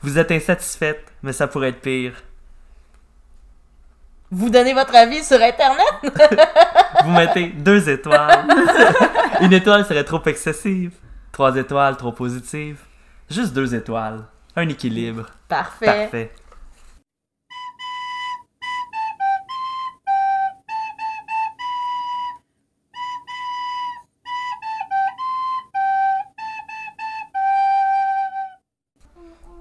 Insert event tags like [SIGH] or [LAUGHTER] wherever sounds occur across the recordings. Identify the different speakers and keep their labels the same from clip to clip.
Speaker 1: Vous êtes insatisfaite, mais ça pourrait être pire.
Speaker 2: Vous donnez votre avis sur Internet?
Speaker 1: Vous mettez deux étoiles. [LAUGHS] Une étoile serait trop excessive. Trois étoiles, trop positive. Juste deux étoiles. Un équilibre.
Speaker 2: Parfait.
Speaker 1: Parfait.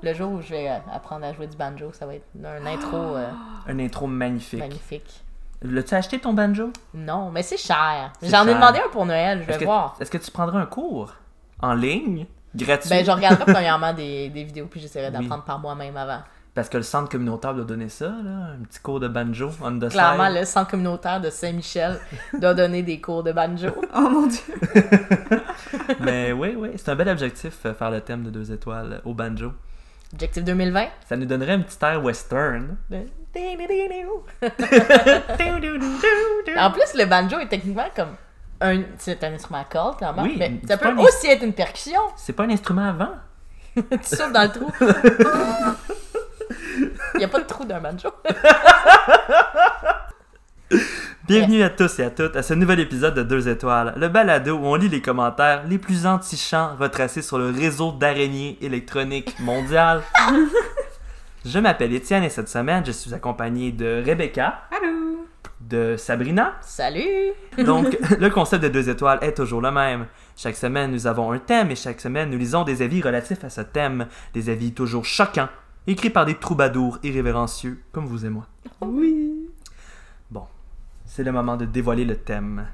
Speaker 2: Le jour où je vais euh, apprendre à jouer du banjo, ça va être un intro euh,
Speaker 1: Un intro magnifique.
Speaker 2: magnifique.
Speaker 1: L'as-tu acheté ton banjo?
Speaker 2: Non, mais c'est cher.
Speaker 1: C'est
Speaker 2: J'en ai
Speaker 1: cher.
Speaker 2: demandé un pour Noël, je
Speaker 1: Est-ce
Speaker 2: vais
Speaker 1: que,
Speaker 2: voir.
Speaker 1: est-ce que tu prendrais un cours? En ligne? Gratuit?
Speaker 2: Ben, je regarderai premièrement des, des vidéos, puis j'essaierai
Speaker 1: Oui.
Speaker 2: d'apprendre par moi-même avant.
Speaker 1: Parce que le centre communautaire doit donner ça, là, un petit cours de banjo on the
Speaker 2: Clairement,
Speaker 1: side.
Speaker 2: le centre communautaire de Saint-Michel doit donner des cours de banjo.
Speaker 3: Oh mon dieu.
Speaker 1: Mais oui, oui, c'est un bel objectif, euh, faire le thème de deux étoiles euh, au banjo.
Speaker 2: Objectif 2020?
Speaker 1: Ça nous donnerait un petit air western.
Speaker 2: En plus, le banjo est techniquement comme un. C'est un instrument à cordes, clairement.
Speaker 1: Oui,
Speaker 2: mais
Speaker 1: c'est
Speaker 2: ça
Speaker 1: pas
Speaker 2: peut
Speaker 1: un-
Speaker 2: aussi être une percussion.
Speaker 1: C'est pas un instrument avant?
Speaker 2: tu souffles dans le trou. Il n'y a pas de trou d'un banjo.
Speaker 1: Bienvenue à tous et à toutes à ce nouvel épisode de Deux Étoiles, le balado où on lit les commentaires les plus anti-chants retracés sur le réseau d'araignées électroniques [LAUGHS] mondial. je m'appelle Étienne et cette semaine, je suis accompagné de Rebecca,
Speaker 3: Allô.
Speaker 1: de Sabrina.
Speaker 2: Salut!
Speaker 1: [LAUGHS] Donc, le concept de Deux Étoiles est toujours le même. Chaque semaine, nous avons un thème et chaque semaine, nous lisons des avis relatifs à ce thème. Des avis toujours choquants, écrits par des troubadours irrévérencieux comme vous et moi.
Speaker 3: Oui.
Speaker 1: C'est le moment de dévoiler le thème.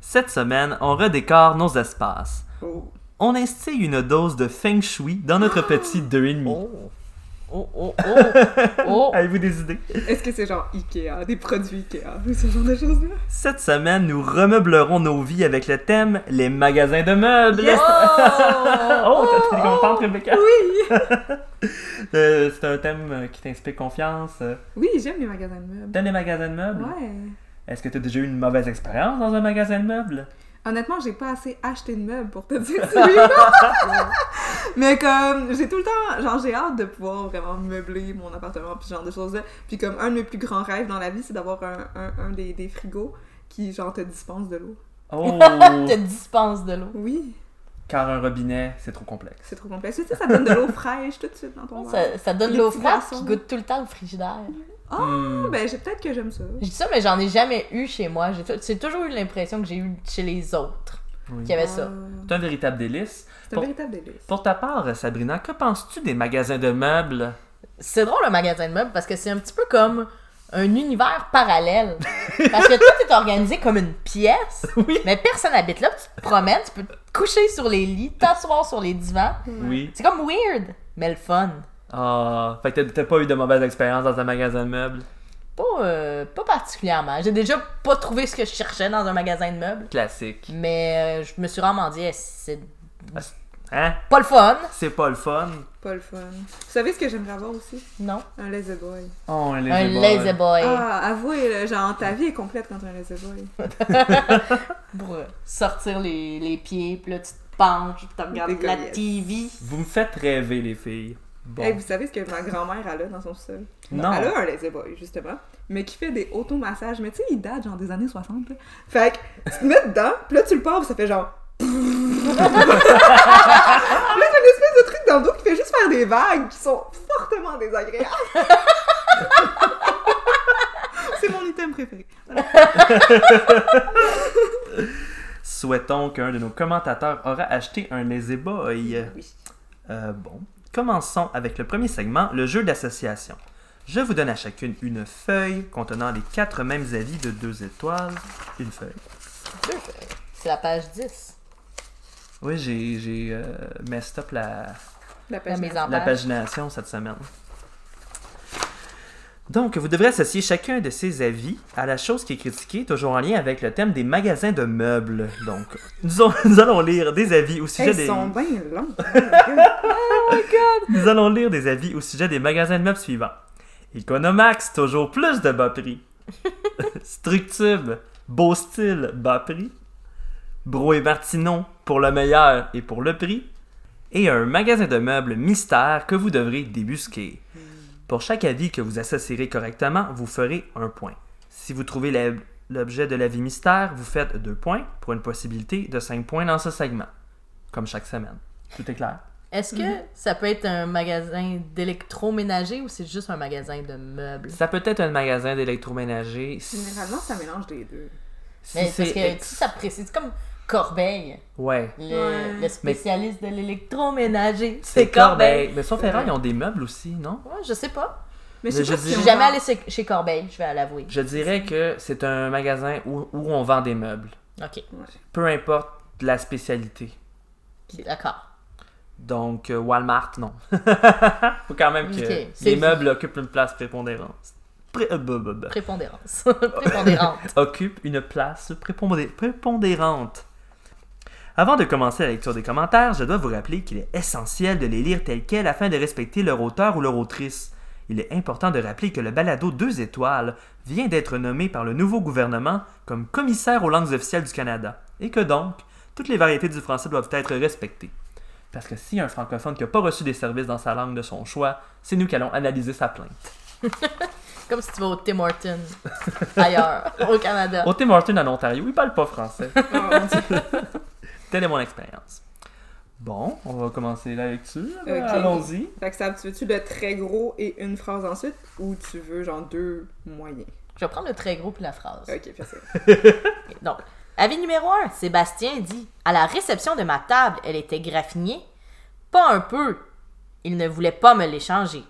Speaker 1: Cette semaine, on redécore nos espaces.
Speaker 3: Oh.
Speaker 1: On instille une dose de feng shui dans notre petit 2,5.
Speaker 2: Oh! Oh, oh, oh! Oh!
Speaker 1: Avez-vous des idées?
Speaker 3: Est-ce que c'est genre Ikea, des produits Ikea, ou ce genre de choses-là?
Speaker 1: Cette semaine, nous remeublerons nos vies avec le thème les magasins de meubles. [LAUGHS] Oh, t'as t'es contente, Rebecca?
Speaker 3: Oui.
Speaker 1: Euh, c'est un thème euh, qui t'inspire confiance. Euh,
Speaker 3: Oui, j'aime les magasins de meubles.
Speaker 1: T'aimes les magasins de meubles?
Speaker 3: Ouais.
Speaker 1: Est-ce que t'as déjà eu une mauvaise expérience dans un magasin de meubles?
Speaker 3: Honnêtement, j'ai pas assez acheté de meubles pour te dire ça. [LAUGHS] Mais comme, j'ai tout le temps, genre, j'ai hâte de pouvoir vraiment meubler mon appartement, puis ce genre de choses-là. Puis comme, un de mes plus grands rêves dans la vie, c'est d'avoir un, un, un des, des frigos qui, genre, te dispense de l'eau.
Speaker 1: Oh!
Speaker 2: [LAUGHS] Te dispense de l'eau.
Speaker 3: Oui,
Speaker 1: Car un robinet, c'est trop complexe.
Speaker 3: c'est trop complexe. Tu sais, ça donne de l'eau fraîche tout de suite dans ton verre.
Speaker 2: Ça, ça donne
Speaker 3: Les
Speaker 2: l'eau
Speaker 3: petits
Speaker 2: fraîche
Speaker 3: glaçons.
Speaker 2: qui goûte tout le temps au frigidaire.
Speaker 3: Oh,
Speaker 1: Hmm.
Speaker 3: Ben, j'ai peut-être que j'aime ça.
Speaker 2: Je dis ça, mais j'en ai jamais eu chez moi. J'ai tout- J'ai toujours eu l'impression que j'ai eu chez les autres
Speaker 1: Oui.
Speaker 2: qu'il y avait ça.
Speaker 3: Ah,
Speaker 1: C'est un véritable délice.
Speaker 3: C'est un
Speaker 1: Pour-
Speaker 3: véritable délice.
Speaker 1: Pour ta part, Sabrina, que penses-tu des magasins de meubles?
Speaker 2: C'est drôle le magasin de meubles parce que c'est un petit peu comme un univers parallèle. Parce que tout est organisé comme une pièce,
Speaker 1: Oui.
Speaker 2: mais personne habite là. puis Tu te promènes, tu peux te coucher sur les lits, t'asseoir sur les divans.
Speaker 1: Oui.
Speaker 2: C'est comme weird, mais le fun.
Speaker 1: Ah, fait que t'as- t'as pas eu de mauvaise expérience dans un magasin de meubles?
Speaker 2: Pas, euh, pas particulièrement. J'ai déjà pas trouvé ce que je cherchais dans un magasin de meubles,
Speaker 1: Classique.
Speaker 2: mais euh, je me suis vraiment dit, Eh, c'est
Speaker 1: Hein?
Speaker 2: pas le fun.
Speaker 1: C'est pas le fun?
Speaker 3: Pas le fun. Vous savez ce que j'aimerais avoir aussi?
Speaker 2: Non.
Speaker 3: Un lazy boy.
Speaker 1: Oh, un lazy
Speaker 2: un
Speaker 1: boy.
Speaker 2: lazy boy.
Speaker 3: Ah, avouez, là, genre, ta vie est complète quand t'as un lazy boy.
Speaker 2: Pour euh, sortir les, les pieds, puis là, tu te penches, puis tu regardes
Speaker 3: Des
Speaker 2: la
Speaker 3: goyettes.
Speaker 2: TV.
Speaker 1: Vous me faites rêver, les filles. Bon.
Speaker 3: Hey, vous savez ce que ma grand-mère elle a dans son sol?
Speaker 1: non.
Speaker 3: Elle a un lazy boy, justement, mais qui fait des automassages. Mais tu sais, il date genre des années 60. là. Fait que tu te mets dedans, puis là tu le pars, puis ça fait genre. [LAUGHS] Puis là, t'as une espèce de truc dans le dos qui fait juste faire des vagues qui sont fortement désagréables. C'est mon item préféré. Voilà.
Speaker 1: Souhaitons qu'un de nos commentateurs aura acheté un lazy boy.
Speaker 3: Oui.
Speaker 1: Euh, bon, commençons avec le premier segment, le jeu d'association. Je vous donne à chacune une feuille contenant les quatre mêmes avis de deux étoiles. Une feuille.
Speaker 2: C'est la page 10.
Speaker 1: Oui, j'ai, j'ai euh, messed up la,
Speaker 3: La
Speaker 2: La
Speaker 3: pêche.
Speaker 2: mise en
Speaker 1: la
Speaker 2: page.
Speaker 1: pagination cette semaine. Donc, vous devrez associer chacun de ces avis à la chose qui est critiquée, toujours en lien avec le thème des magasins de meubles. Donc, nous, on- nous [LAUGHS] allons lire des avis au sujet
Speaker 3: Hey,
Speaker 1: des...
Speaker 3: Ils sont bien longs. Oh my God.
Speaker 1: Nous allons lire des avis au sujet des magasins de meubles suivants. Economax, toujours plus de bas prix. Structube, beau style, bas prix. Bro et Martinon, pour le meilleur et pour le prix. et un magasin de meubles mystère que vous devrez débusquer. Pour chaque avis que vous associerez correctement, vous ferez un point. Si vous trouvez la- l'objet de l'avis mystère, vous faites deux points pour une possibilité de cinq points dans ce segment, comme chaque semaine. Tout est clair?
Speaker 2: Est-ce que ça peut être un magasin d'électroménager ou c'est juste un magasin de meubles?
Speaker 1: Ça peut être un magasin d'électroménager. si-
Speaker 3: Généralement, ça mélange des deux.
Speaker 1: si
Speaker 2: Mais parce
Speaker 1: c'est
Speaker 2: que
Speaker 1: ex-
Speaker 2: si ça précise, c'est comme Corbeil,
Speaker 1: Ouais.
Speaker 2: le,
Speaker 3: Ouais.
Speaker 2: le spécialiste de l'électroménager.
Speaker 1: C'est
Speaker 2: C'est Corbeil.
Speaker 1: Corbeil. Mais sauf erreur, ils ont des meubles aussi, non?
Speaker 2: Ouais, je sais pas.
Speaker 3: Mais je
Speaker 1: Mais
Speaker 3: sais
Speaker 1: je
Speaker 3: pas
Speaker 1: dis-
Speaker 2: Je
Speaker 3: si
Speaker 2: suis
Speaker 3: on
Speaker 2: jamais
Speaker 3: va-
Speaker 2: allée chez- chez Corbeil, je vais l'avouer.
Speaker 1: Je dirais que c'est un magasin où, où on vend des meubles.
Speaker 2: Ok,
Speaker 1: Peu importe la spécialité.
Speaker 2: d'accord.
Speaker 1: Donc, euh, Walmart, non. [LAUGHS] Faut quand même que
Speaker 2: Ok,
Speaker 1: les
Speaker 2: c'est-
Speaker 1: meubles occupent une place prépondérante. Pré- euh, bah, bah, bah.
Speaker 2: Prépondérance. [LAUGHS] Prépondérante.
Speaker 1: Occupe une place prépondé- prépondérante. Avant de commencer la lecture des commentaires, je dois vous rappeler qu'il est essentiel de les lire tels quels afin de respecter leur auteur ou leur autrice. Il est important de rappeler que le balado 2 étoiles vient d'être nommé par le nouveau gouvernement comme commissaire aux langues officielles du Canada et que donc, toutes les variétés du français doivent être respectées. Parce que si un francophone qui n'a pas reçu des services dans sa langue de son choix, c'est nous qui allons analyser sa plainte.
Speaker 2: Comme si tu vas au Tim Hortons ailleurs, au Canada.
Speaker 1: Au Tim Hortons en Ontario, il parle pas français.
Speaker 3: Ah, mon Dieu.
Speaker 1: Telle est mon expérience. Bon, on va commencer la lecture.
Speaker 3: Ok.
Speaker 1: Allons-y.
Speaker 3: Fait que ça, tu veux-tu le très gros et une phrase ensuite ou tu veux genre deux moyens?
Speaker 2: Je vais prendre le très gros puis la phrase.
Speaker 3: Ok, parfait.
Speaker 2: Donc, avis numéro 1, Sébastien dit À la réception de ma table, elle était graffinée. Pas un peu. Il ne voulait pas me l'échanger.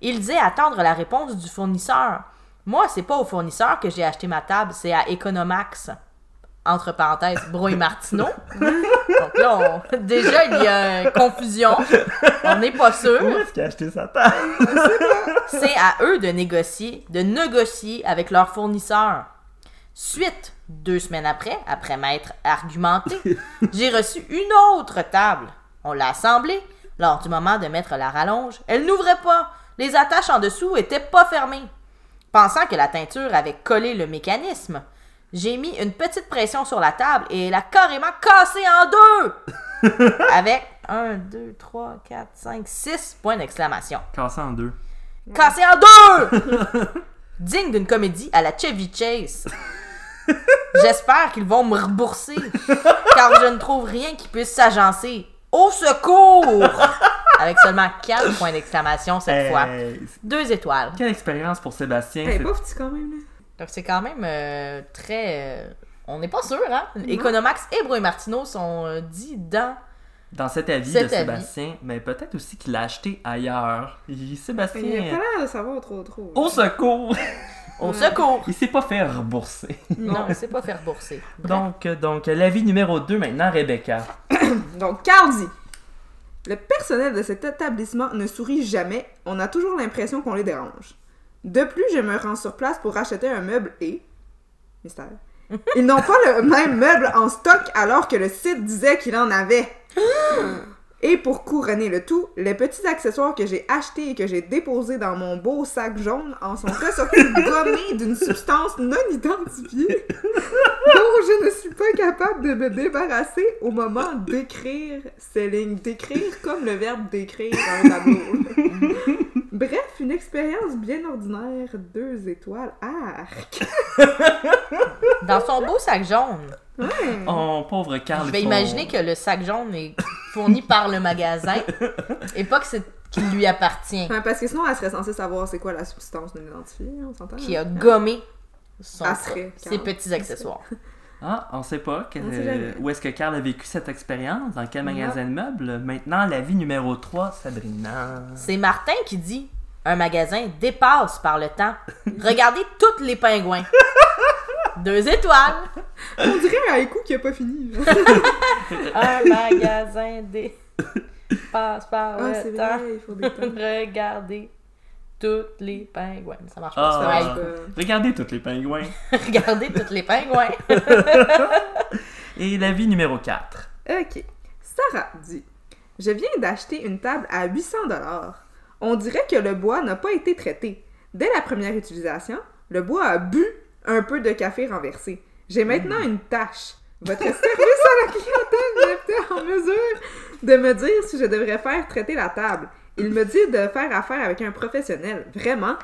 Speaker 2: Il disait attendre la réponse du fournisseur. Moi, c'est pas au fournisseur que j'ai acheté ma table, c'est à Economax. Entre parenthèses, Brouille Martineau. Donc là, on- [LAUGHS] déjà, il y a confusion. On n'est pas sûr.
Speaker 3: Ah.
Speaker 1: Où est-ce qu'il a acheté sa table?
Speaker 2: C'est à eux de négocier, de négocier avec leurs fournisseurs. Suite, deux semaines après, après m'être argumenté, j'ai reçu une autre table. On l'a assemblée. Lors du moment de mettre la rallonge, elle n'ouvrait pas. Les attaches en dessous étaient pas fermées. Pensant que la teinture avait collé le mécanisme, j'ai mis une petite pression sur la table et elle a carrément cassé en deux! Avec 1, 2, 3, 4, 5, 6 points d'exclamation
Speaker 1: Cassé en deux.
Speaker 2: cassé en deux! [LAUGHS] Digne d'une comédie à la Chevy Chase. J'espère qu'ils vont me rembourser, car je ne trouve rien qui puisse s'agencer. Au secours! Avec seulement 4 points d'exclamation
Speaker 1: Euh.
Speaker 2: cette fois. Deux étoiles.
Speaker 1: Quelle expérience pour Sébastien.
Speaker 3: Hey,
Speaker 1: c'est-
Speaker 3: pauvre petit quand même, là.
Speaker 2: Donc c'est quand même euh, très... euh, on n'est pas sûr, hein? Economax et Bruy Martineau sont euh, dits dans...
Speaker 1: Dans cet avis
Speaker 2: Cet
Speaker 1: de
Speaker 2: avis.
Speaker 1: Sébastien, mais peut-être aussi qu'il l'a acheté ailleurs. Il- Sébastien,
Speaker 3: Il a pas l'air de savoir trop trop.
Speaker 1: au secours!
Speaker 2: Au
Speaker 3: Ouais.
Speaker 2: secours!
Speaker 1: Il s'est pas fait rembourser.
Speaker 2: Non, c'est pas faire bourser.
Speaker 1: Donc, euh, donc l'avis numéro 2 maintenant, Rebecca.
Speaker 3: Donc, Carl dit Le personnel de cet établissement ne sourit jamais, on a toujours l'impression qu'on les dérange. De plus, je me rends sur place pour acheter un meuble et. Mystère. Ils n'ont pas le même meuble en stock alors que le site disait qu'il en avait. Et pour couronner le tout, les petits accessoires que j'ai achetés et que j'ai déposés dans mon beau sac jaune en sont ressortis gommés d'une substance non identifiée dont je ne suis pas capable de me débarrasser au moment d'écrire ces lignes. D'écrire comme le verbe d'écrire dans le tableau. Bref, une expérience bien ordinaire, deux étoiles, Ah, arc.
Speaker 2: Dans son beau sac jaune,
Speaker 3: Mm-hmm.
Speaker 1: Oh, pauvre Carl.
Speaker 2: Je vais
Speaker 1: il faut-
Speaker 2: imaginer que le sac jaune est fourni par le magasin et pas que c'est qu'il lui appartient,
Speaker 3: Enfin, parce que sinon, elle serait censée savoir c'est quoi la substance non identifiée, on s'entend?
Speaker 2: qui a gommé son-
Speaker 3: Ah, serait,
Speaker 2: ses
Speaker 3: Carl.
Speaker 2: petits accessoires.
Speaker 1: Ah, on sait pas que-
Speaker 3: On sait jamais.
Speaker 1: où est-ce que Carl a vécu cette expérience, dans quel
Speaker 3: Non.
Speaker 1: magasin de meubles. Maintenant, l'avis numéro 3, Sabrina.
Speaker 2: C'est Martin qui dit Un magasin dépasse par le temps. Regardez toutes les pingouins. Deux étoiles.
Speaker 3: On dirait un haïku qui a pas fini. genre.
Speaker 2: Un magasin dépasse par
Speaker 3: Ah, c'est
Speaker 2: le temps.
Speaker 3: vrai, il faut des temps.
Speaker 2: Regardez toutes les pingouins. Ça marche
Speaker 1: Ah.
Speaker 2: pas.
Speaker 3: Ça euh,
Speaker 2: c'est
Speaker 3: marche
Speaker 2: un haïku.
Speaker 3: pas.
Speaker 1: Regardez tous les pingouins.
Speaker 2: Regardez toutes les pingouins.
Speaker 1: Et l'avis numéro 4.
Speaker 3: Ok. Sarah dit Je viens d'acheter une table à 800 dollars. On dirait que le bois n'a pas été traité. Dès la première utilisation, le bois a bu un peu de café renversé. J'ai maintenant une tache. Votre service à la clientèle était en mesure de me dire si je devrais faire traiter la table. Il me dit de faire affaire avec un professionnel. Vraiment?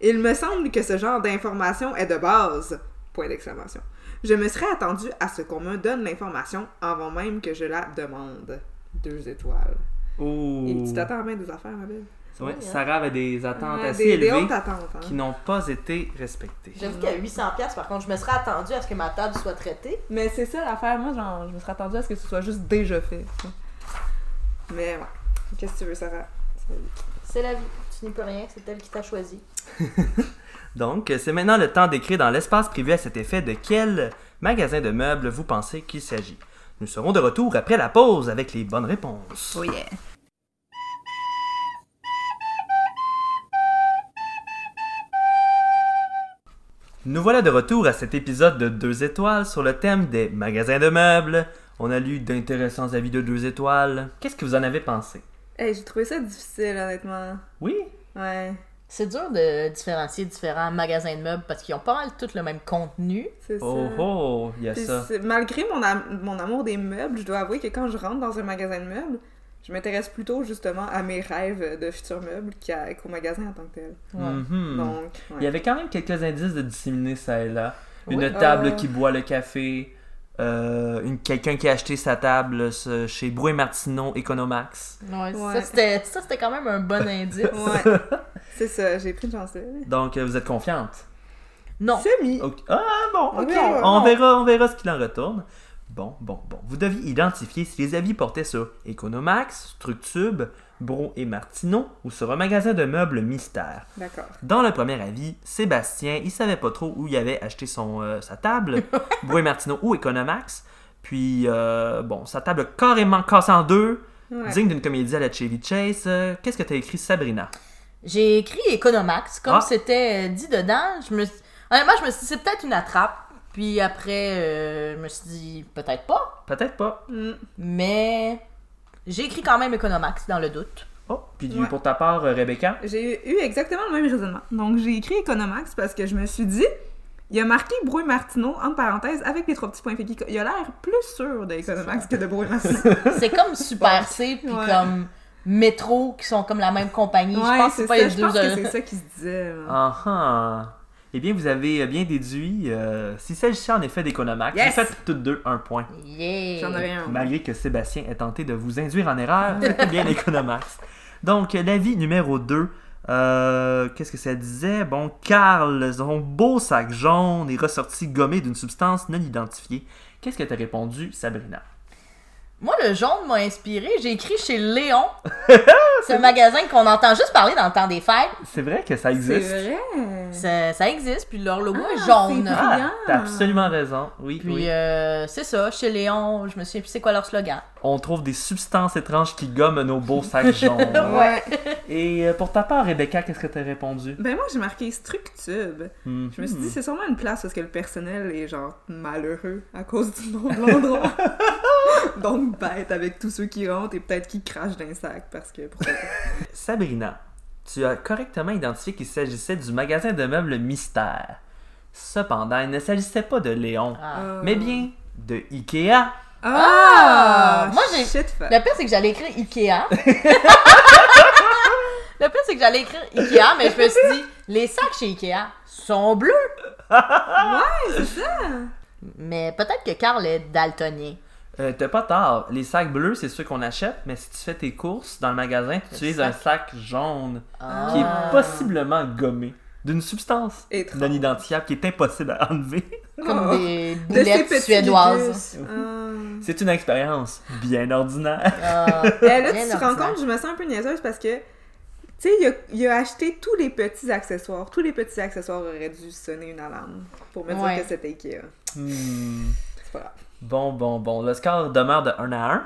Speaker 3: Il me semble que ce genre d'information est de base. Point d'exclamation. Je me serais attendu à ce qu'on me donne l'information avant même que je la demande. Deux étoiles.
Speaker 1: Ouh.
Speaker 3: Et tu t'attends à hein? bien des affaires, ma belle.
Speaker 1: Oh. Ouais, Sarah avait des attentes
Speaker 3: Ah,
Speaker 1: assez
Speaker 3: des, des
Speaker 1: élevées
Speaker 3: hautes attentes, hein.
Speaker 1: qui n'ont pas été respectées.
Speaker 2: J'avoue qu'à 800$, piastres, par contre, je me serais attendu à ce que ma table soit traitée.
Speaker 3: Mais c'est ça l'affaire, moi genre, je me serais attendue à ce que ce soit juste déjà fait. ça. Mais ouais, qu'est-ce que tu veux, Sarah?
Speaker 2: C'est la vie. Tu n'y peux rien, c'est elle qui t'a choisi.
Speaker 1: Donc, euh, c'est maintenant le temps d'écrire dans l'espace privé à cet effet de quel magasin de meubles vous pensez qu'il s'agit. Nous serons de retour après la pause avec les bonnes réponses.
Speaker 3: Oh yeah!
Speaker 1: Nous voilà de retour à cet épisode de 2 étoiles sur le thème des magasins de meubles. On a lu d'intéressants avis de 2 étoiles. Qu'est-ce que vous en avez pensé?
Speaker 3: Hey, j'ai trouvé ça difficile, honnêtement.
Speaker 1: Oui?
Speaker 3: Ouais,
Speaker 2: C'est dur de différencier différents magasins de meubles parce qu'ils ont pas mal tous le même contenu.
Speaker 3: c'est ça.
Speaker 1: Oh oh, il y a
Speaker 3: Puis
Speaker 1: ça.
Speaker 3: c'est- Malgré mon, am- mon amour des meubles, je dois avouer que quand je rentre dans un magasin de meubles, je m'intéresse plutôt justement à mes rêves de futurs meubles qu'à- qu'au magasin en tant que tel.
Speaker 2: Hmm.
Speaker 1: Mhm.
Speaker 3: Donc, ouais.
Speaker 1: Il y avait quand même quelques indices de disséminer ça et là.
Speaker 2: Oui.
Speaker 1: Une table
Speaker 3: Euh.
Speaker 1: qui boit le café, euh, une, quelqu'un qui a acheté sa table ce- chez Brouet Martineau Economax.
Speaker 2: Ouais,
Speaker 3: Ouais.
Speaker 2: Ça, c'était, ça, c'était quand même un bon [LAUGHS] indice.
Speaker 3: Ouais, c'est ça, j'ai pris une chance.
Speaker 1: Donc, euh, vous êtes confiante?
Speaker 2: Non.
Speaker 3: Semi!
Speaker 1: Ok. Ah bon,
Speaker 3: On
Speaker 1: ok.
Speaker 3: verra.
Speaker 1: On verra, on verra ce qu'il en retourne. Bon, bon, bon. Vous deviez identifier si les avis portaient sur Economax, Structube, Bro et Martineau ou sur un magasin de meubles mystère.
Speaker 3: D'accord.
Speaker 1: Dans le premier avis, Sébastien, il savait pas trop où il avait acheté son, euh, sa
Speaker 3: [LAUGHS]
Speaker 1: table, Bro et Martineau ou Economax. Puis, euh, bon, sa table carrément cassée en deux,
Speaker 3: Ouais.
Speaker 1: digne d'une comédie à la Chevy Chase. Euh, Qu'est-ce que t'as écrit, Sabrina?
Speaker 2: J'ai écrit Economax, comme
Speaker 1: Ah.
Speaker 2: c'était euh, dit dedans. Je me... suis- Honnêtement, je me suis dit, c'est peut-être une attrape. Puis après, euh, je me suis dit, peut-être pas.
Speaker 1: Peut-être pas.
Speaker 3: Mm.
Speaker 2: Mais j'ai écrit quand même Economax, dans le doute.
Speaker 1: Oh, puis
Speaker 3: Ouais.
Speaker 1: pour ta part, euh, Rebecca?
Speaker 3: J'ai eu exactement le même raisonnement. Donc, j'ai écrit Economax parce que je me suis dit, il y a marqué Brouille Martineau, entre parenthèses, avec les trois petits points. Fait qu'il- il a l'air plus sûr d'Economax que de Brouille Martineau.
Speaker 2: C'est comme Super C, puis
Speaker 3: Ouais.
Speaker 2: comme Métro, qui sont comme la même compagnie. je
Speaker 3: ouais,
Speaker 2: pense que
Speaker 3: c'est
Speaker 2: c'est pas
Speaker 3: ça.
Speaker 2: les
Speaker 3: Je
Speaker 2: deux.
Speaker 3: pense que
Speaker 2: euh,
Speaker 3: c'est ça qui se disait. là.
Speaker 1: Ah ah. Eh bien, vous avez bien déduit. euh, S'il s'agissait en effet d'Economax,
Speaker 3: Yes!
Speaker 1: vous faites toutes deux un point.
Speaker 2: Yeah.
Speaker 3: J'en avais un.
Speaker 1: Malgré que Sébastien ait tenté de vous induire en erreur, eh
Speaker 3: [LAUGHS]
Speaker 1: bien l'Economax. Donc, l'avis numéro 2. Qu'est-ce que ça disait? Bon, Carl, son beau sac jaune est ressorti gommé d'une substance non identifiée. Qu'est-ce que t'as répondu, Sabrina?
Speaker 2: Moi, le jaune m'a inspiré. J'ai écrit chez
Speaker 3: [LAUGHS]
Speaker 2: Léon. c'est un magasin qu'on entend juste parler dans le temps des fêtes.
Speaker 1: C'est vrai que ça
Speaker 3: C'est
Speaker 1: existe.
Speaker 3: vrai!
Speaker 2: Ça, ça existe, puis leur logo
Speaker 3: Ah,
Speaker 2: est jaune.
Speaker 3: c'est vrai.
Speaker 1: Ah, t'as absolument raison. Oui,
Speaker 2: Puis
Speaker 1: oui.
Speaker 2: euh, c'est ça, chez Léon, je me souviens plus c'est quoi leur slogan.
Speaker 1: On trouve des substances étranges qui gomment nos beaux sacs jaunes.
Speaker 3: [LAUGHS] Ouais.
Speaker 1: Et euh, pour ta part, Rebecca, qu'est-ce que t'as répondu?
Speaker 3: Ben moi j'ai marqué Structube. Je me suis
Speaker 2: Hmm.
Speaker 3: dit c'est sûrement une place parce que le personnel est genre malheureux à cause du nom de
Speaker 2: [LAUGHS]
Speaker 3: l'endroit. Donc bête avec tous ceux qui rentrent et peut-être qui crachent d'un sac parce que pourquoi pas.
Speaker 1: Sabrina, tu as correctement identifié qu'il s'agissait du magasin de meubles Mystère. Cependant, il ne s'agissait pas de Léon,
Speaker 2: Ah.
Speaker 1: mais bien de Ikea.
Speaker 3: Ah!
Speaker 2: Ah! Moi, j'ai-
Speaker 3: Shit, fuck.
Speaker 2: Le pire, c'est que j'allais écrire Ikea.
Speaker 3: [LAUGHS]
Speaker 2: le pire, c'est que j'allais écrire Ikea, mais je me suis dit, les sacs chez Ikea sont bleus.
Speaker 3: Ouais, c'est ça!
Speaker 2: Mais peut-être que Carl est daltonien.
Speaker 1: Euh, T'as pas tard. Les sacs bleus, c'est ceux qu'on achète, mais si tu fais tes courses dans le magasin, tu utilises un sac jaune qui
Speaker 2: Ah.
Speaker 1: est possiblement gommé d'une substance
Speaker 3: Étrange.
Speaker 1: non identifiable qui est impossible à enlever.
Speaker 2: Comme
Speaker 3: Oh.
Speaker 2: des
Speaker 3: De ces
Speaker 2: boulettes
Speaker 3: petits
Speaker 2: suédoises.
Speaker 3: gugus. Ah.
Speaker 1: C'est une expérience bien ordinaire.
Speaker 2: Ah.
Speaker 3: Eh, là,
Speaker 2: Bien
Speaker 3: tu te rends
Speaker 2: ordinaire.
Speaker 3: compte, je me sens un peu niaiseuse parce que, tu sais, il a, il a acheté tous les petits accessoires. Tous les petits accessoires auraient dû sonner une alarme pour me
Speaker 2: Ouais.
Speaker 3: dire que c'était Ikea.
Speaker 1: Hmm.
Speaker 3: C'est pas grave.
Speaker 1: Bon, bon, bon. Le score demeure de 1 à 1.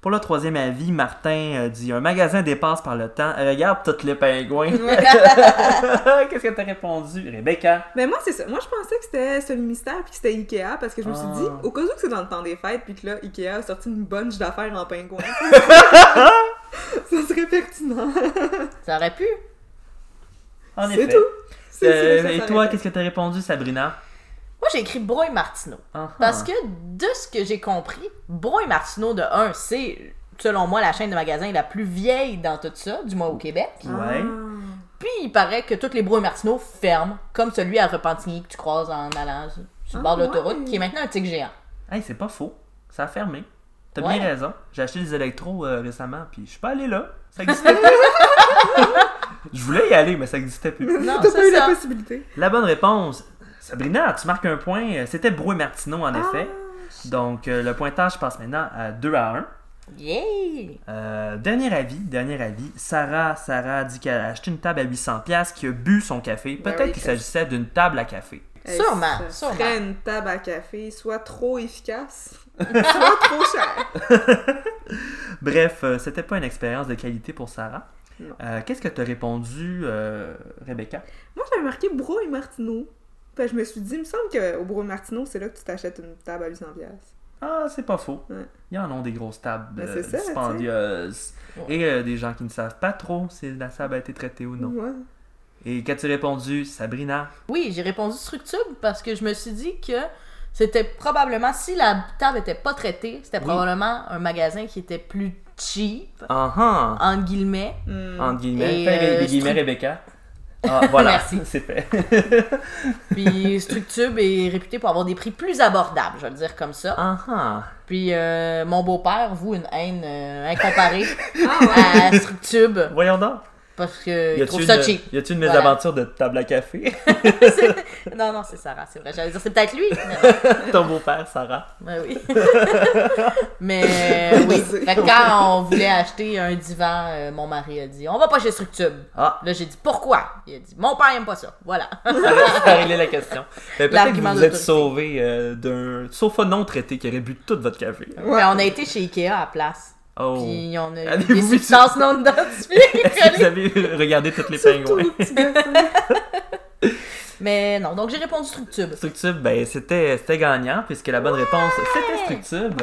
Speaker 1: Pour le troisième avis, Martin euh, dit Un magasin dépasse par le temps. Euh, Regarde toutes les pingouins. [LAUGHS] Qu'est-ce que t'as répondu, Rebecca
Speaker 3: Mais moi, c'est ça. Moi, je pensais que c'était celui mystère puis que c'était Ikea parce que je me suis
Speaker 1: Ah.
Speaker 3: dit, au cas où que c'est dans le temps des fêtes puis que là, Ikea a sorti une bunch d'affaires
Speaker 1: [LAUGHS]
Speaker 3: en pingouin. ça serait pertinent.
Speaker 2: Ça aurait pu.
Speaker 1: En
Speaker 3: C'est
Speaker 1: effet.
Speaker 3: tout. C'est-
Speaker 1: Euh,
Speaker 3: c'est- ça
Speaker 1: et
Speaker 3: s'arrête.
Speaker 1: toi, qu'est-ce que t'as répondu, Sabrina
Speaker 2: Moi, Moi, j'ai écrit Broy Martineau.
Speaker 1: Ah,
Speaker 2: Parce
Speaker 1: ah.
Speaker 2: que de ce que j'ai compris, Broy Martineau de 1, c'est selon moi la chaîne de magasins la plus vieille dans tout ça, du moins au Québec.
Speaker 1: Ouais.
Speaker 3: Ah.
Speaker 2: Puis il paraît que tous les Broy Martineau ferment, comme celui à Repentigny que tu croises en allant sur sur le
Speaker 3: Ah,
Speaker 2: bord de l'autoroute,
Speaker 3: ouais.
Speaker 2: qui est maintenant un tic géant.
Speaker 1: Hey, c'est pas faux. Ça a fermé. T'as
Speaker 2: Ah. Ouais.
Speaker 1: bien raison. J'ai acheté des électros euh, récemment, puis je suis pas allé là.
Speaker 2: [LAUGHS]
Speaker 1: Ça existait plus. je voulais y aller, mais ça existait plus.
Speaker 2: Non,
Speaker 3: T'as pas
Speaker 2: c'est
Speaker 3: eu la
Speaker 2: ça.
Speaker 3: possibilité.
Speaker 1: La bonne réponse, Sabrina, tu marques un point. Euh, C'était Brouet Martineau,
Speaker 2: Ah.
Speaker 1: en
Speaker 3: Ah.
Speaker 1: effet. Donc, euh, le pointage passe maintenant à 2 à 1.
Speaker 2: Yeah!
Speaker 1: Euh, dernier avis, dernier avis. Sarah, Sarah dit qu'elle a acheté une table à 800 pièces, qui a bu son café. Peut-être
Speaker 3: Very
Speaker 1: qu'il
Speaker 3: good.
Speaker 1: s'agissait d'une table à café.
Speaker 2: Sûrement,
Speaker 3: ça
Speaker 2: sûrement.
Speaker 3: serait une table à café soit trop efficace, [LAUGHS] soit trop chère.
Speaker 1: Bref, euh, c'était pas une expérience de qualité pour Sarah.
Speaker 3: Non.
Speaker 1: Euh, Qu'est-ce que t'as répondu, euh, Rebecca?
Speaker 3: Moi, j'avais marqué Bro et Martineau. Fait que je me suis dit, il me semble qu'au Bro et Martineau, c'est là que tu t'achètes une table à 800$. piastres.
Speaker 1: Ah, c'est pas faux.
Speaker 3: Ouais.
Speaker 1: Ils en ont des grosses tables
Speaker 3: Ben,
Speaker 1: euh,
Speaker 3: c'est ça,
Speaker 1: dispendieuses.
Speaker 2: tu sais.
Speaker 1: Et euh, des gens qui ne savent pas trop si la table a été traitée ou non.
Speaker 3: Ouais.
Speaker 1: Et qu'as-tu répondu, Sabrina?
Speaker 2: Oui, j'ai répondu structube parce que je me suis dit que c'était probablement, si la table était pas traitée, c'était
Speaker 1: Oui.
Speaker 2: probablement un magasin qui était plus cheap,
Speaker 1: Ah ah!
Speaker 2: entre guillemets.
Speaker 3: Hmm.
Speaker 1: Entre guillemets.
Speaker 2: Et,
Speaker 1: Fais
Speaker 2: euh,
Speaker 1: des guillemets,
Speaker 2: stru-
Speaker 1: Rebecca. Ah, voilà.
Speaker 2: [LAUGHS] Merci.
Speaker 1: C'est fait.
Speaker 3: [LAUGHS]
Speaker 2: Puis Structube est réputé pour avoir des prix plus abordables, je vais le dire comme ça.
Speaker 1: Ah ah!
Speaker 2: Puis euh, mon beau-père voue une haine euh, incomparée
Speaker 3: Ah ouais.
Speaker 2: à Structube
Speaker 1: Voyons donc.
Speaker 2: parce que
Speaker 1: Y a-tu
Speaker 2: il Euh, trouve
Speaker 1: une,
Speaker 2: ça cheap.
Speaker 1: y a-tu une
Speaker 2: Voilà.
Speaker 1: mésaventure de table à café? [LAUGHS]
Speaker 2: C'est- [LAUGHS] non, non, c'est Sarah, c'est vrai. J'allais dire, c'est peut-être lui. mais non.
Speaker 1: Ton beau-père, Sarah.
Speaker 2: Ben oui. [LAUGHS] Mais euh, oui. Fait que quand on voulait acheter un divan, euh, mon mari a dit On va pas chez Structube.
Speaker 1: Ah,
Speaker 2: Là, j'ai dit pourquoi Il a dit Mon père aime pas ça. Voilà.
Speaker 1: ça a réglé la question. Mais Euh, Peut-être que
Speaker 2: L'argument
Speaker 1: vous vous êtes
Speaker 2: d'autorité.
Speaker 1: sauvé euh, d'un sofa non traité qui aurait bu tout votre café.
Speaker 2: Mais Ben, on a été chez Ikea à la place.
Speaker 1: Oh.
Speaker 2: [LAUGHS] Puis on a eu
Speaker 1: Avez-vous
Speaker 2: des
Speaker 1: vu
Speaker 2: substances non
Speaker 1: Est-ce que vous [LAUGHS]
Speaker 2: identifiées.
Speaker 1: avez regardé toutes les
Speaker 3: Surtout
Speaker 1: pingouins?
Speaker 3: le petit garçon.
Speaker 2: Mais non, donc j'ai répondu Structube.
Speaker 1: Structube, ben, c'était c'était gagnant puisque la bonne réponse c'était Structube.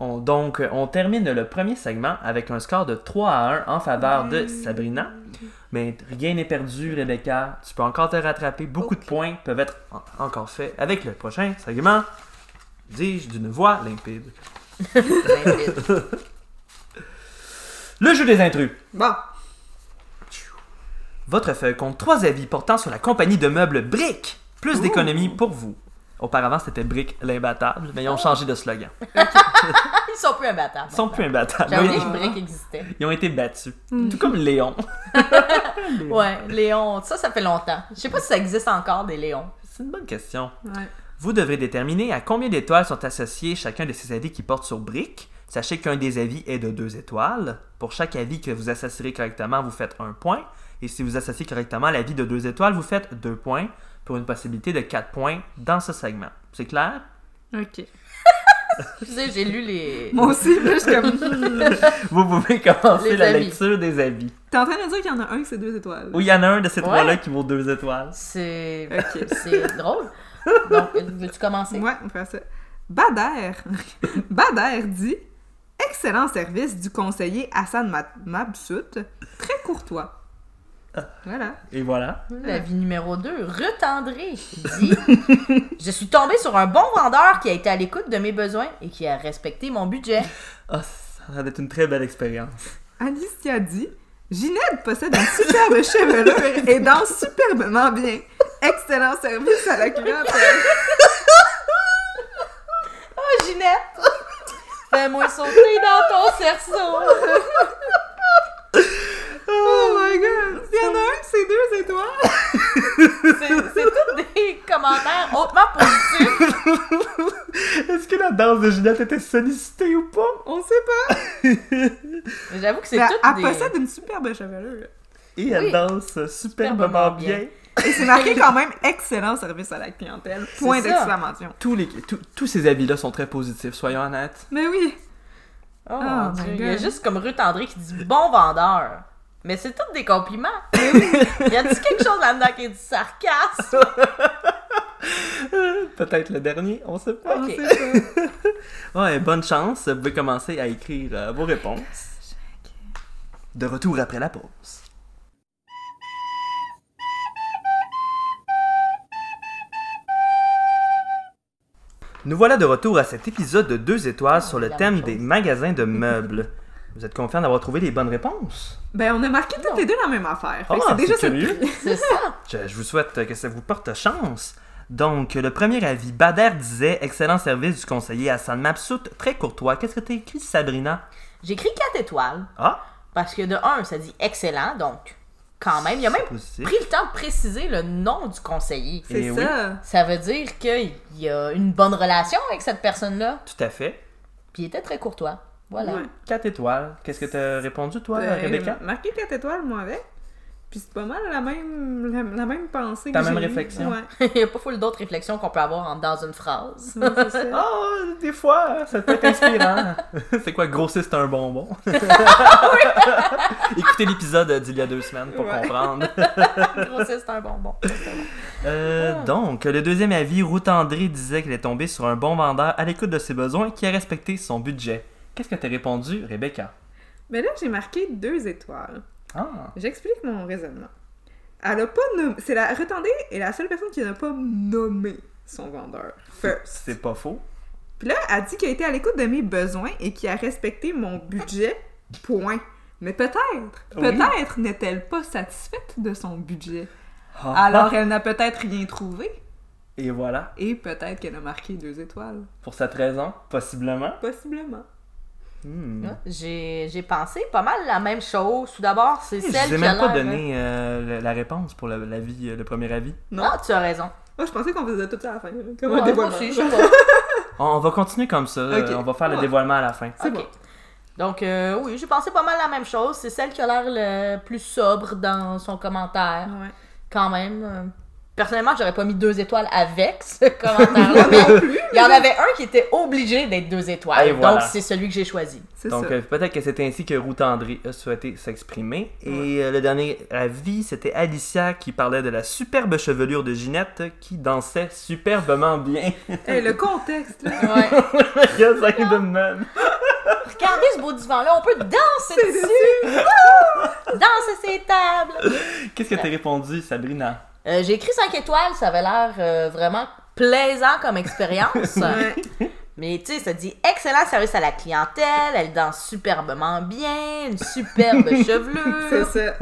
Speaker 1: On, donc, on termine le premier segment avec un score de 3 à 1 en faveur de Sabrina. Mais rien n'est perdu, Rebecca. Tu peux encore te rattraper. Beaucoup de points peuvent être en- encore faits avec le prochain segment. Dis-je d'une voix limpide.
Speaker 2: Limpide.
Speaker 1: Le jeu des intrus.
Speaker 3: Bon,
Speaker 1: Votre feuille compte trois avis portant sur la compagnie de meubles Brick. Plus d'économies pour vous. Auparavant, c'était Brick l'imbattable, mais ils ont changé de slogan.
Speaker 2: Ils sont plus imbattables.
Speaker 1: Ils sont plus imbattables.
Speaker 2: J'avais
Speaker 1: Ils
Speaker 2: oublié
Speaker 1: ont-
Speaker 2: que Brick existait.
Speaker 1: Ils ont été battus.
Speaker 2: Mhm.
Speaker 1: Tout comme Léon.
Speaker 2: Ouais, Léon, ça, ça fait longtemps. Je sais pas si ça existe encore des Léons.
Speaker 1: C'est une bonne question.
Speaker 3: ouais.
Speaker 1: Vous devrez déterminer à combien d'étoiles sont associés chacun de ces avis qui portent sur Brick. Sachez qu'un des avis est de deux étoiles. Pour chaque avis que vous associerez correctement, vous faites un point. Et si vous associez correctement l'avis de deux étoiles, vous faites deux points pour une possibilité de quatre points dans ce segment. C'est clair?
Speaker 3: Ok.
Speaker 2: Tu sais, j'ai lu les.
Speaker 3: Moi aussi, là, je suis comme. hmm.
Speaker 1: Vous pouvez [LAUGHS] commencer
Speaker 2: Les
Speaker 1: la
Speaker 2: avis.
Speaker 1: lecture des avis.
Speaker 3: T'es en train de dire qu'il y en a un que c'est deux étoiles.
Speaker 1: Oui, il y en a un de ces
Speaker 2: Ouais.
Speaker 1: trois-là qui vaut deux étoiles.
Speaker 2: C'est.
Speaker 3: Ok.
Speaker 2: C'est drôle. Donc, veux-tu commencer?
Speaker 3: Ouais, on fait ça. [LAUGHS] Bader. Bader dit Excellent service du conseiller Hassan Ma- Mabsout, très courtois. Ah. Voilà.
Speaker 1: Et voilà.
Speaker 2: L'avis numéro 2, Ruth André dit Je suis tombée sur un bon vendeur qui a été à l'écoute de mes besoins et qui a respecté mon budget.
Speaker 1: Ah, ça va être une très belle expérience. [LAUGHS]
Speaker 3: Alicia dit Ginette possède une superbe [LAUGHS] chevelure et danse superbement bien. Excellent service à la clientèle.
Speaker 2: Oh, Ginette Fais-moi sauter dans ton cerceau
Speaker 3: Oh my god! Il y en a un que c'est deux étoiles.
Speaker 2: C'est c'est tous des commentaires hautement positifs.
Speaker 1: Est-ce que la danse de Ginette était sollicitée ou pas?
Speaker 3: On sait pas.
Speaker 2: Mais J'avoue que c'est
Speaker 3: Mais
Speaker 2: toutes
Speaker 3: elle
Speaker 2: des.
Speaker 3: possède une superbe chevelure.
Speaker 1: Et elle
Speaker 2: Oui.
Speaker 1: danse superbement
Speaker 2: Superbement
Speaker 1: bien.
Speaker 2: bien.
Speaker 3: Et c'est marqué quand même excellent service à la clientèle. Point
Speaker 2: ça.
Speaker 3: d'exclamation.
Speaker 1: Tous, les, tous, tous ces avis-là sont très positifs, soyons honnêtes. [LAUGHS]
Speaker 3: Mais oui.
Speaker 2: Oh,
Speaker 3: Oh
Speaker 2: mon
Speaker 3: my
Speaker 2: Dieu. Il y a
Speaker 3: God.
Speaker 2: juste comme Ruth André qui dit bon vendeur. Mais c'est tous des compliments.
Speaker 3: Ben
Speaker 2: y a-t-il quelque chose là-dedans qui est du sarcasme?
Speaker 1: Peut-être le dernier, on sait pas.
Speaker 3: [LAUGHS] On
Speaker 2: Ok.
Speaker 3: sait pas.
Speaker 1: Ouais, bonne chance. Vous pouvez commencer à écrire euh, vos réponses. De retour après la pause. Nous voilà de retour à cet épisode de deux étoiles sur le
Speaker 2: Ah, la
Speaker 1: thème
Speaker 2: même chose.
Speaker 1: des magasins de meubles. Vous êtes confiant d'avoir trouvé les bonnes réponses?
Speaker 3: Ben, on a marqué toutes
Speaker 2: Non.
Speaker 3: les deux la même affaire. Fait que
Speaker 1: Ah,
Speaker 3: c'est déjà
Speaker 1: c'est
Speaker 3: ça de
Speaker 1: curieux.
Speaker 3: prix.
Speaker 2: C'est ça.
Speaker 1: Je, je vous souhaite que ça vous porte chance. Donc, le premier avis, Bader disait Excellent service du conseiller Hassan Mabsout, très courtois. Qu'est-ce que t'as écrit, Sabrina
Speaker 2: J'écris 4 étoiles
Speaker 1: Ah,
Speaker 2: parce que de 1, ça dit excellent, donc quand même. Il a même
Speaker 1: positif.
Speaker 2: pris le temps de préciser le nom du conseiller.
Speaker 1: Eh
Speaker 3: C'est
Speaker 1: oui.
Speaker 3: ça.
Speaker 2: Ça veut dire qu'il y a une bonne relation avec cette personne-là.
Speaker 1: Tout à fait.
Speaker 2: Puis il était très courtois. Voilà.
Speaker 3: Ouais.
Speaker 1: 4 étoiles. Qu'est-ce que t'as répondu, toi,
Speaker 2: Euh,
Speaker 3: Ben,
Speaker 1: Rebecca
Speaker 3: marqué 4 étoiles, moi, avec. Puis c'est pas mal la même, la, la même pensée
Speaker 1: Ta
Speaker 3: que
Speaker 1: même
Speaker 3: j'ai eue.
Speaker 1: réflexion.
Speaker 3: Ouais.
Speaker 2: [LAUGHS] il n'y a pas full d'autres réflexions qu'on peut avoir en- dans une
Speaker 3: [LAUGHS]
Speaker 2: phrase.
Speaker 3: Ouais,
Speaker 2: euh,
Speaker 3: c'est ça.
Speaker 1: [LAUGHS] Oh, des fois, ça peut être inspirant. [LAUGHS] c'est quoi, grossiste un
Speaker 2: [LAUGHS]
Speaker 1: bonbon [LAUGHS] Écoutez l'épisode d'il y a deux semaines pour
Speaker 3: Ouais.
Speaker 1: comprendre.
Speaker 2: Grossiste, un bonbon.
Speaker 1: Euh, donc, le deuxième avis, Ruth André disait qu'il est tombé sur un bon vendeur à l'écoute de ses besoins qui a respecté son budget. Qu'est-ce que t'as répondu, Rebecca?
Speaker 3: Mais là, j'ai marqué deux étoiles.
Speaker 1: Ah,
Speaker 3: J'explique mon raisonnement. Elle a pas nommé. C'est la retendée est la seule personne qui n'a pas nommé son vendeur. First.
Speaker 1: c'est pas faux.
Speaker 3: Puis là, elle dit qu'elle a été à l'écoute de mes besoins et qui a respecté mon budget. Point. Mais peut-être,
Speaker 1: Oui.
Speaker 3: peut-être n'est-elle pas satisfaite de son budget. Alors
Speaker 1: Ah,
Speaker 3: elle n'a peut-être rien trouvé
Speaker 1: Et voilà,
Speaker 3: et peut-être qu'elle a marqué deux étoiles.
Speaker 1: pour cette raison, possiblement.
Speaker 3: Possiblement.
Speaker 1: Hmm.
Speaker 2: J'ai j'ai pensé pas mal la même chose. Tout d'abord, c'est
Speaker 1: Je
Speaker 2: celle
Speaker 1: vous ai
Speaker 2: qui
Speaker 1: même
Speaker 2: a
Speaker 1: pas
Speaker 2: l'air- hein.
Speaker 1: donné euh, la- la réponse pour la- l'avis, euh, le premier avis.
Speaker 3: Non,
Speaker 2: Ah, tu as raison.
Speaker 3: moi je pensais qu'on faisait tout ça à la fin. là, Comme
Speaker 2: Ouais,
Speaker 3: un
Speaker 2: moi
Speaker 3: dévoilement.
Speaker 2: aussi, je sais pas.
Speaker 1: On, on va continuer comme ça. euh,
Speaker 3: Ok.
Speaker 1: On va faire le
Speaker 2: Ah.
Speaker 3: Ouais.
Speaker 1: dévoilement à la fin.
Speaker 3: C'est
Speaker 2: Ok.
Speaker 3: bon.
Speaker 2: Donc, euh, oui, j'ai pensé pas mal la même chose. C'est celle qui a l'air le plus sobre dans son commentaire.
Speaker 3: Ouais.
Speaker 2: Quand même. euh, Personnellement, j'aurais pas mis deux étoiles avec ce [LAUGHS] commentaire-là. mais il y en avait un qui était obligé d'être deux étoiles.
Speaker 1: Et voilà.
Speaker 2: Donc, c'est celui que j'ai choisi.
Speaker 3: C'est
Speaker 1: Donc
Speaker 3: ça.
Speaker 1: euh, peut-être que c'est ainsi que Ruth André a souhaité s'exprimer. Et euh, le dernier avis, c'était Alicia qui parlait de la superbe chevelure de Ginette qui dansait superbement bien. [LAUGHS]
Speaker 3: Hey, le contexte, là.
Speaker 2: Ouais.
Speaker 1: Il y a cinq de même.
Speaker 2: [LAUGHS] Regardez ce beau divan-là, on peut danser dessus! Wouh! danser ces tables!
Speaker 1: Qu'est-ce que t'as répondu, Sabrina?
Speaker 2: Euh, J'ai écrit 5 étoiles, ça avait l'air euh, vraiment plaisant comme expérience.
Speaker 3: Ouais.
Speaker 2: Mais tu sais, ça dit excellent service à la clientèle, elle danse superbement bien, une superbe
Speaker 3: [LAUGHS] C'est
Speaker 2: chevelure.
Speaker 3: ça.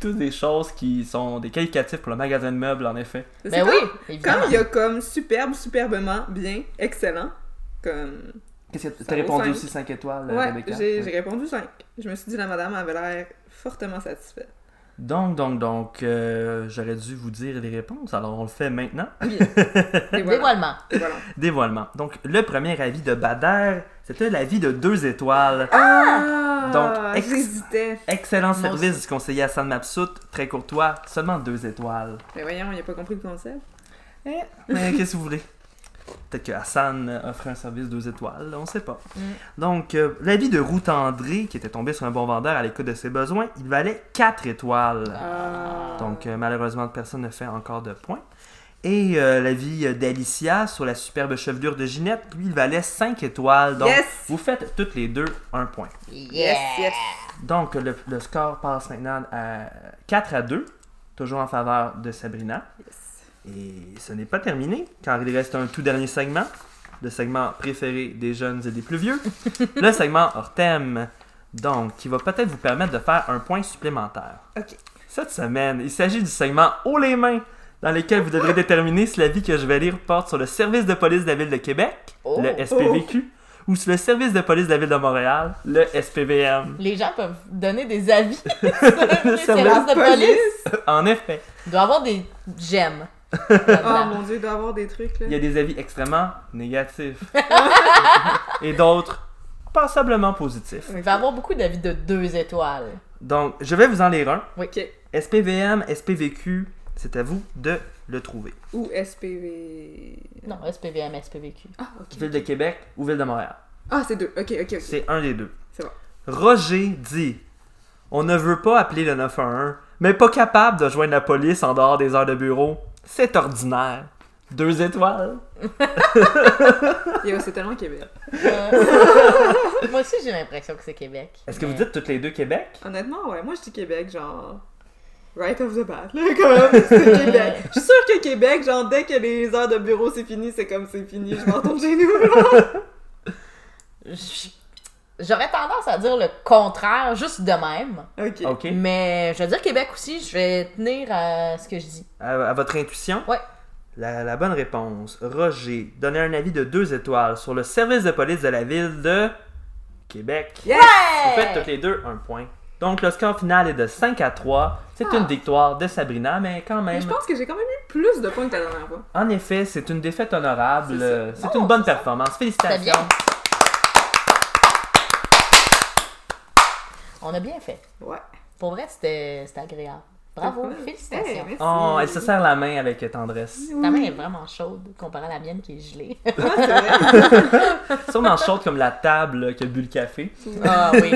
Speaker 1: Toutes des choses qui sont des qualificatifs pour le magasin de meubles, en effet.
Speaker 2: Mais
Speaker 3: C'est
Speaker 2: Ben oui,
Speaker 3: comme- Comme
Speaker 2: évidemment.
Speaker 3: il y a comme superbe, superbement, bien, excellent, comme.
Speaker 1: Qu'est-ce que
Speaker 3: Ça
Speaker 1: t'as
Speaker 3: vaut
Speaker 1: répondu
Speaker 3: cinq.
Speaker 1: aussi 5 étoiles,
Speaker 3: Ouais,
Speaker 1: Rebecca?
Speaker 3: j'ai j'ai
Speaker 1: Oui.
Speaker 3: répondu 5. Je me suis dit, la madame avait l'air
Speaker 1: [LAUGHS]
Speaker 3: fortement satisfaite.
Speaker 1: Donc, donc, donc, euh, j'aurais dû vous dire les réponses, alors on le fait maintenant.
Speaker 3: Oui. Et voilà.
Speaker 2: Dévoilement.
Speaker 3: Et voilà.
Speaker 1: Dévoilement. Donc, le premier avis de Bader, c'était l'avis de deux étoiles.
Speaker 3: Ah!
Speaker 1: Donc, ex-
Speaker 3: j'hésitais.
Speaker 1: Excellent
Speaker 2: Moi aussi.
Speaker 1: service du conseiller Hassan Mabsout, très courtois, seulement deux
Speaker 2: [LAUGHS]
Speaker 1: étoiles.
Speaker 3: Mais voyons, il a pas compris le concept.
Speaker 1: Mais qu'est-ce que vous voulez? Peut-être que Hassan euh, offrait un service deux étoiles, on sait pas.
Speaker 2: Mm.
Speaker 1: Donc, euh, l'avis de Ruth André, qui était tombé sur un bon vendeur à l'écoute de ses besoins, il valait quatre étoiles.
Speaker 3: Ah.
Speaker 1: Donc, euh, malheureusement, personne ne fait encore de points. Et euh, l'avis euh, d'Alicia sur la superbe chevelure de Ginette, lui, il valait 5 étoiles. Donc,
Speaker 3: yes!
Speaker 1: vous faites toutes les deux un point.
Speaker 2: Yeah.
Speaker 3: Yes, yes!
Speaker 1: Donc, le, le score passe maintenant à 4 à 2, toujours en faveur de Sabrina.
Speaker 3: yes.
Speaker 1: Et ce n'est pas terminé, car il reste un tout dernier segment, le segment préféré des jeunes et des plus vieux, le segment hors thème, donc qui va peut-être vous permettre de faire un point supplémentaire.
Speaker 3: Ok.
Speaker 1: Cette semaine, il s'agit du segment haut les mains, dans lequel vous devrez déterminer si l'avis que je vais lire porte sur le service de police de la ville de Québec,
Speaker 2: Oh.
Speaker 1: le SPVQ, ou sur le service de police de la ville de Montréal, le
Speaker 2: [LAUGHS]
Speaker 1: SPVM.
Speaker 2: Les gens peuvent donner des avis
Speaker 1: [LAUGHS]
Speaker 2: sur les séances de police.
Speaker 3: Police!
Speaker 1: En effet,
Speaker 2: Il doit y avoir des j'aime.
Speaker 3: Oh mon dieu, il doit y avoir des trucs là.
Speaker 1: il y a des avis extrêmement [LAUGHS] négatifs et d'autres passablement positifs.
Speaker 2: Il va y avoir beaucoup d'avis de deux étoiles.
Speaker 1: Donc, je vais vous en lire un.
Speaker 3: Ok.
Speaker 1: SPVM, SPVQ, c'est à vous de le trouver.
Speaker 3: Ou SPV.
Speaker 2: Non, SPVM,
Speaker 3: [LAUGHS]
Speaker 2: SPVQ.
Speaker 3: Ah, ok.
Speaker 1: Ville de Québec ou Ville de Montréal.
Speaker 3: Ah, c'est deux. Ok, ok, ok.
Speaker 1: C'est un des deux.
Speaker 3: C'est bon.
Speaker 1: Roger dit On ne veut pas appeler le 911, mais pas capable de joindre la police en dehors des heures de bureau. C'est ordinaire. Deux étoiles.
Speaker 3: Yo, c'est tellement Québec.
Speaker 2: Euh, Moi aussi, j'ai l'impression que c'est Québec. Euh,
Speaker 1: Est-ce que vous
Speaker 2: Mais-
Speaker 1: dites toutes les deux Québec
Speaker 3: Honnêtement, ouais, moi je dis Québec, genre. right off the bat, là, [LAUGHS] comme, c'est Québec. Je suis sûre que Québec, genre, dès que les heures de bureau, c'est fini, c'est comme, c'est fini, je m'en retourne chez nous, genre.
Speaker 2: J- J'aurais tendance à dire le contraire, juste de même.
Speaker 3: Ok.
Speaker 1: Ah, OK.
Speaker 2: Mais je vais dire Québec aussi, je vais tenir à ce que je dis.
Speaker 1: À, à votre intuition?
Speaker 2: Ouais.
Speaker 1: La, la bonne réponse. Roger donnait un avis de deux étoiles sur le service de police de la ville de Québec.
Speaker 3: Yes!
Speaker 1: Vous faites toutes les deux un point. Donc le score final est de 5 à 3. C'est
Speaker 3: Ah.
Speaker 1: une victoire de Sabrina, mais quand
Speaker 3: Mais
Speaker 1: même.
Speaker 3: je pense que j'ai quand même eu plus de points que la dernière fois.
Speaker 1: En effet, c'est une défaite honorable.
Speaker 3: C'est ça.
Speaker 1: Euh, C'est
Speaker 2: Non,
Speaker 1: une bonne
Speaker 2: c'est ça.
Speaker 1: performance.
Speaker 2: C'était bien.
Speaker 1: Félicitations.
Speaker 2: On a bien fait.
Speaker 3: Ouais.
Speaker 2: Pour vrai, c'était c'était agréable. Bravo,
Speaker 3: Hey,
Speaker 2: félicitations.
Speaker 3: merci.
Speaker 1: Oh, elle se serre la main avec tendresse.
Speaker 2: Ta main est vraiment chaude comparée à la mienne qui est gelée.
Speaker 3: Ah, c'est vrai.
Speaker 1: Sûrement chaude comme la table qui a bu le café.
Speaker 2: ah oui.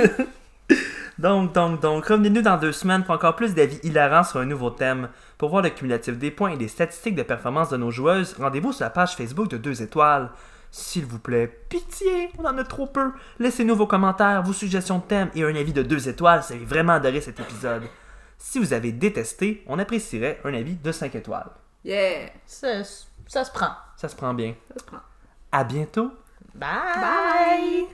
Speaker 1: Donc, donc, donc, revenez-nous dans deux semaines pour encore plus d'avis hilarants sur un nouveau thème. Pour voir le cumulatif des points et les statistiques de performance de nos joueuses, rendez-vous sur la page Facebook de 2 étoiles. S'il vous plaît, pitié, on en a trop peu. Laissez-nous vos commentaires, vos suggestions de thèmes et un avis de 2 étoiles si vous avez vraiment adoré cet épisode. Si vous avez détesté, on apprécierait un avis de 5 étoiles.
Speaker 3: Yeah.
Speaker 2: [LAUGHS] Ça, ça se prend.
Speaker 1: Ça se prend bien.
Speaker 3: Ça se prend.
Speaker 1: À bientôt!
Speaker 2: Bye.
Speaker 3: Bye.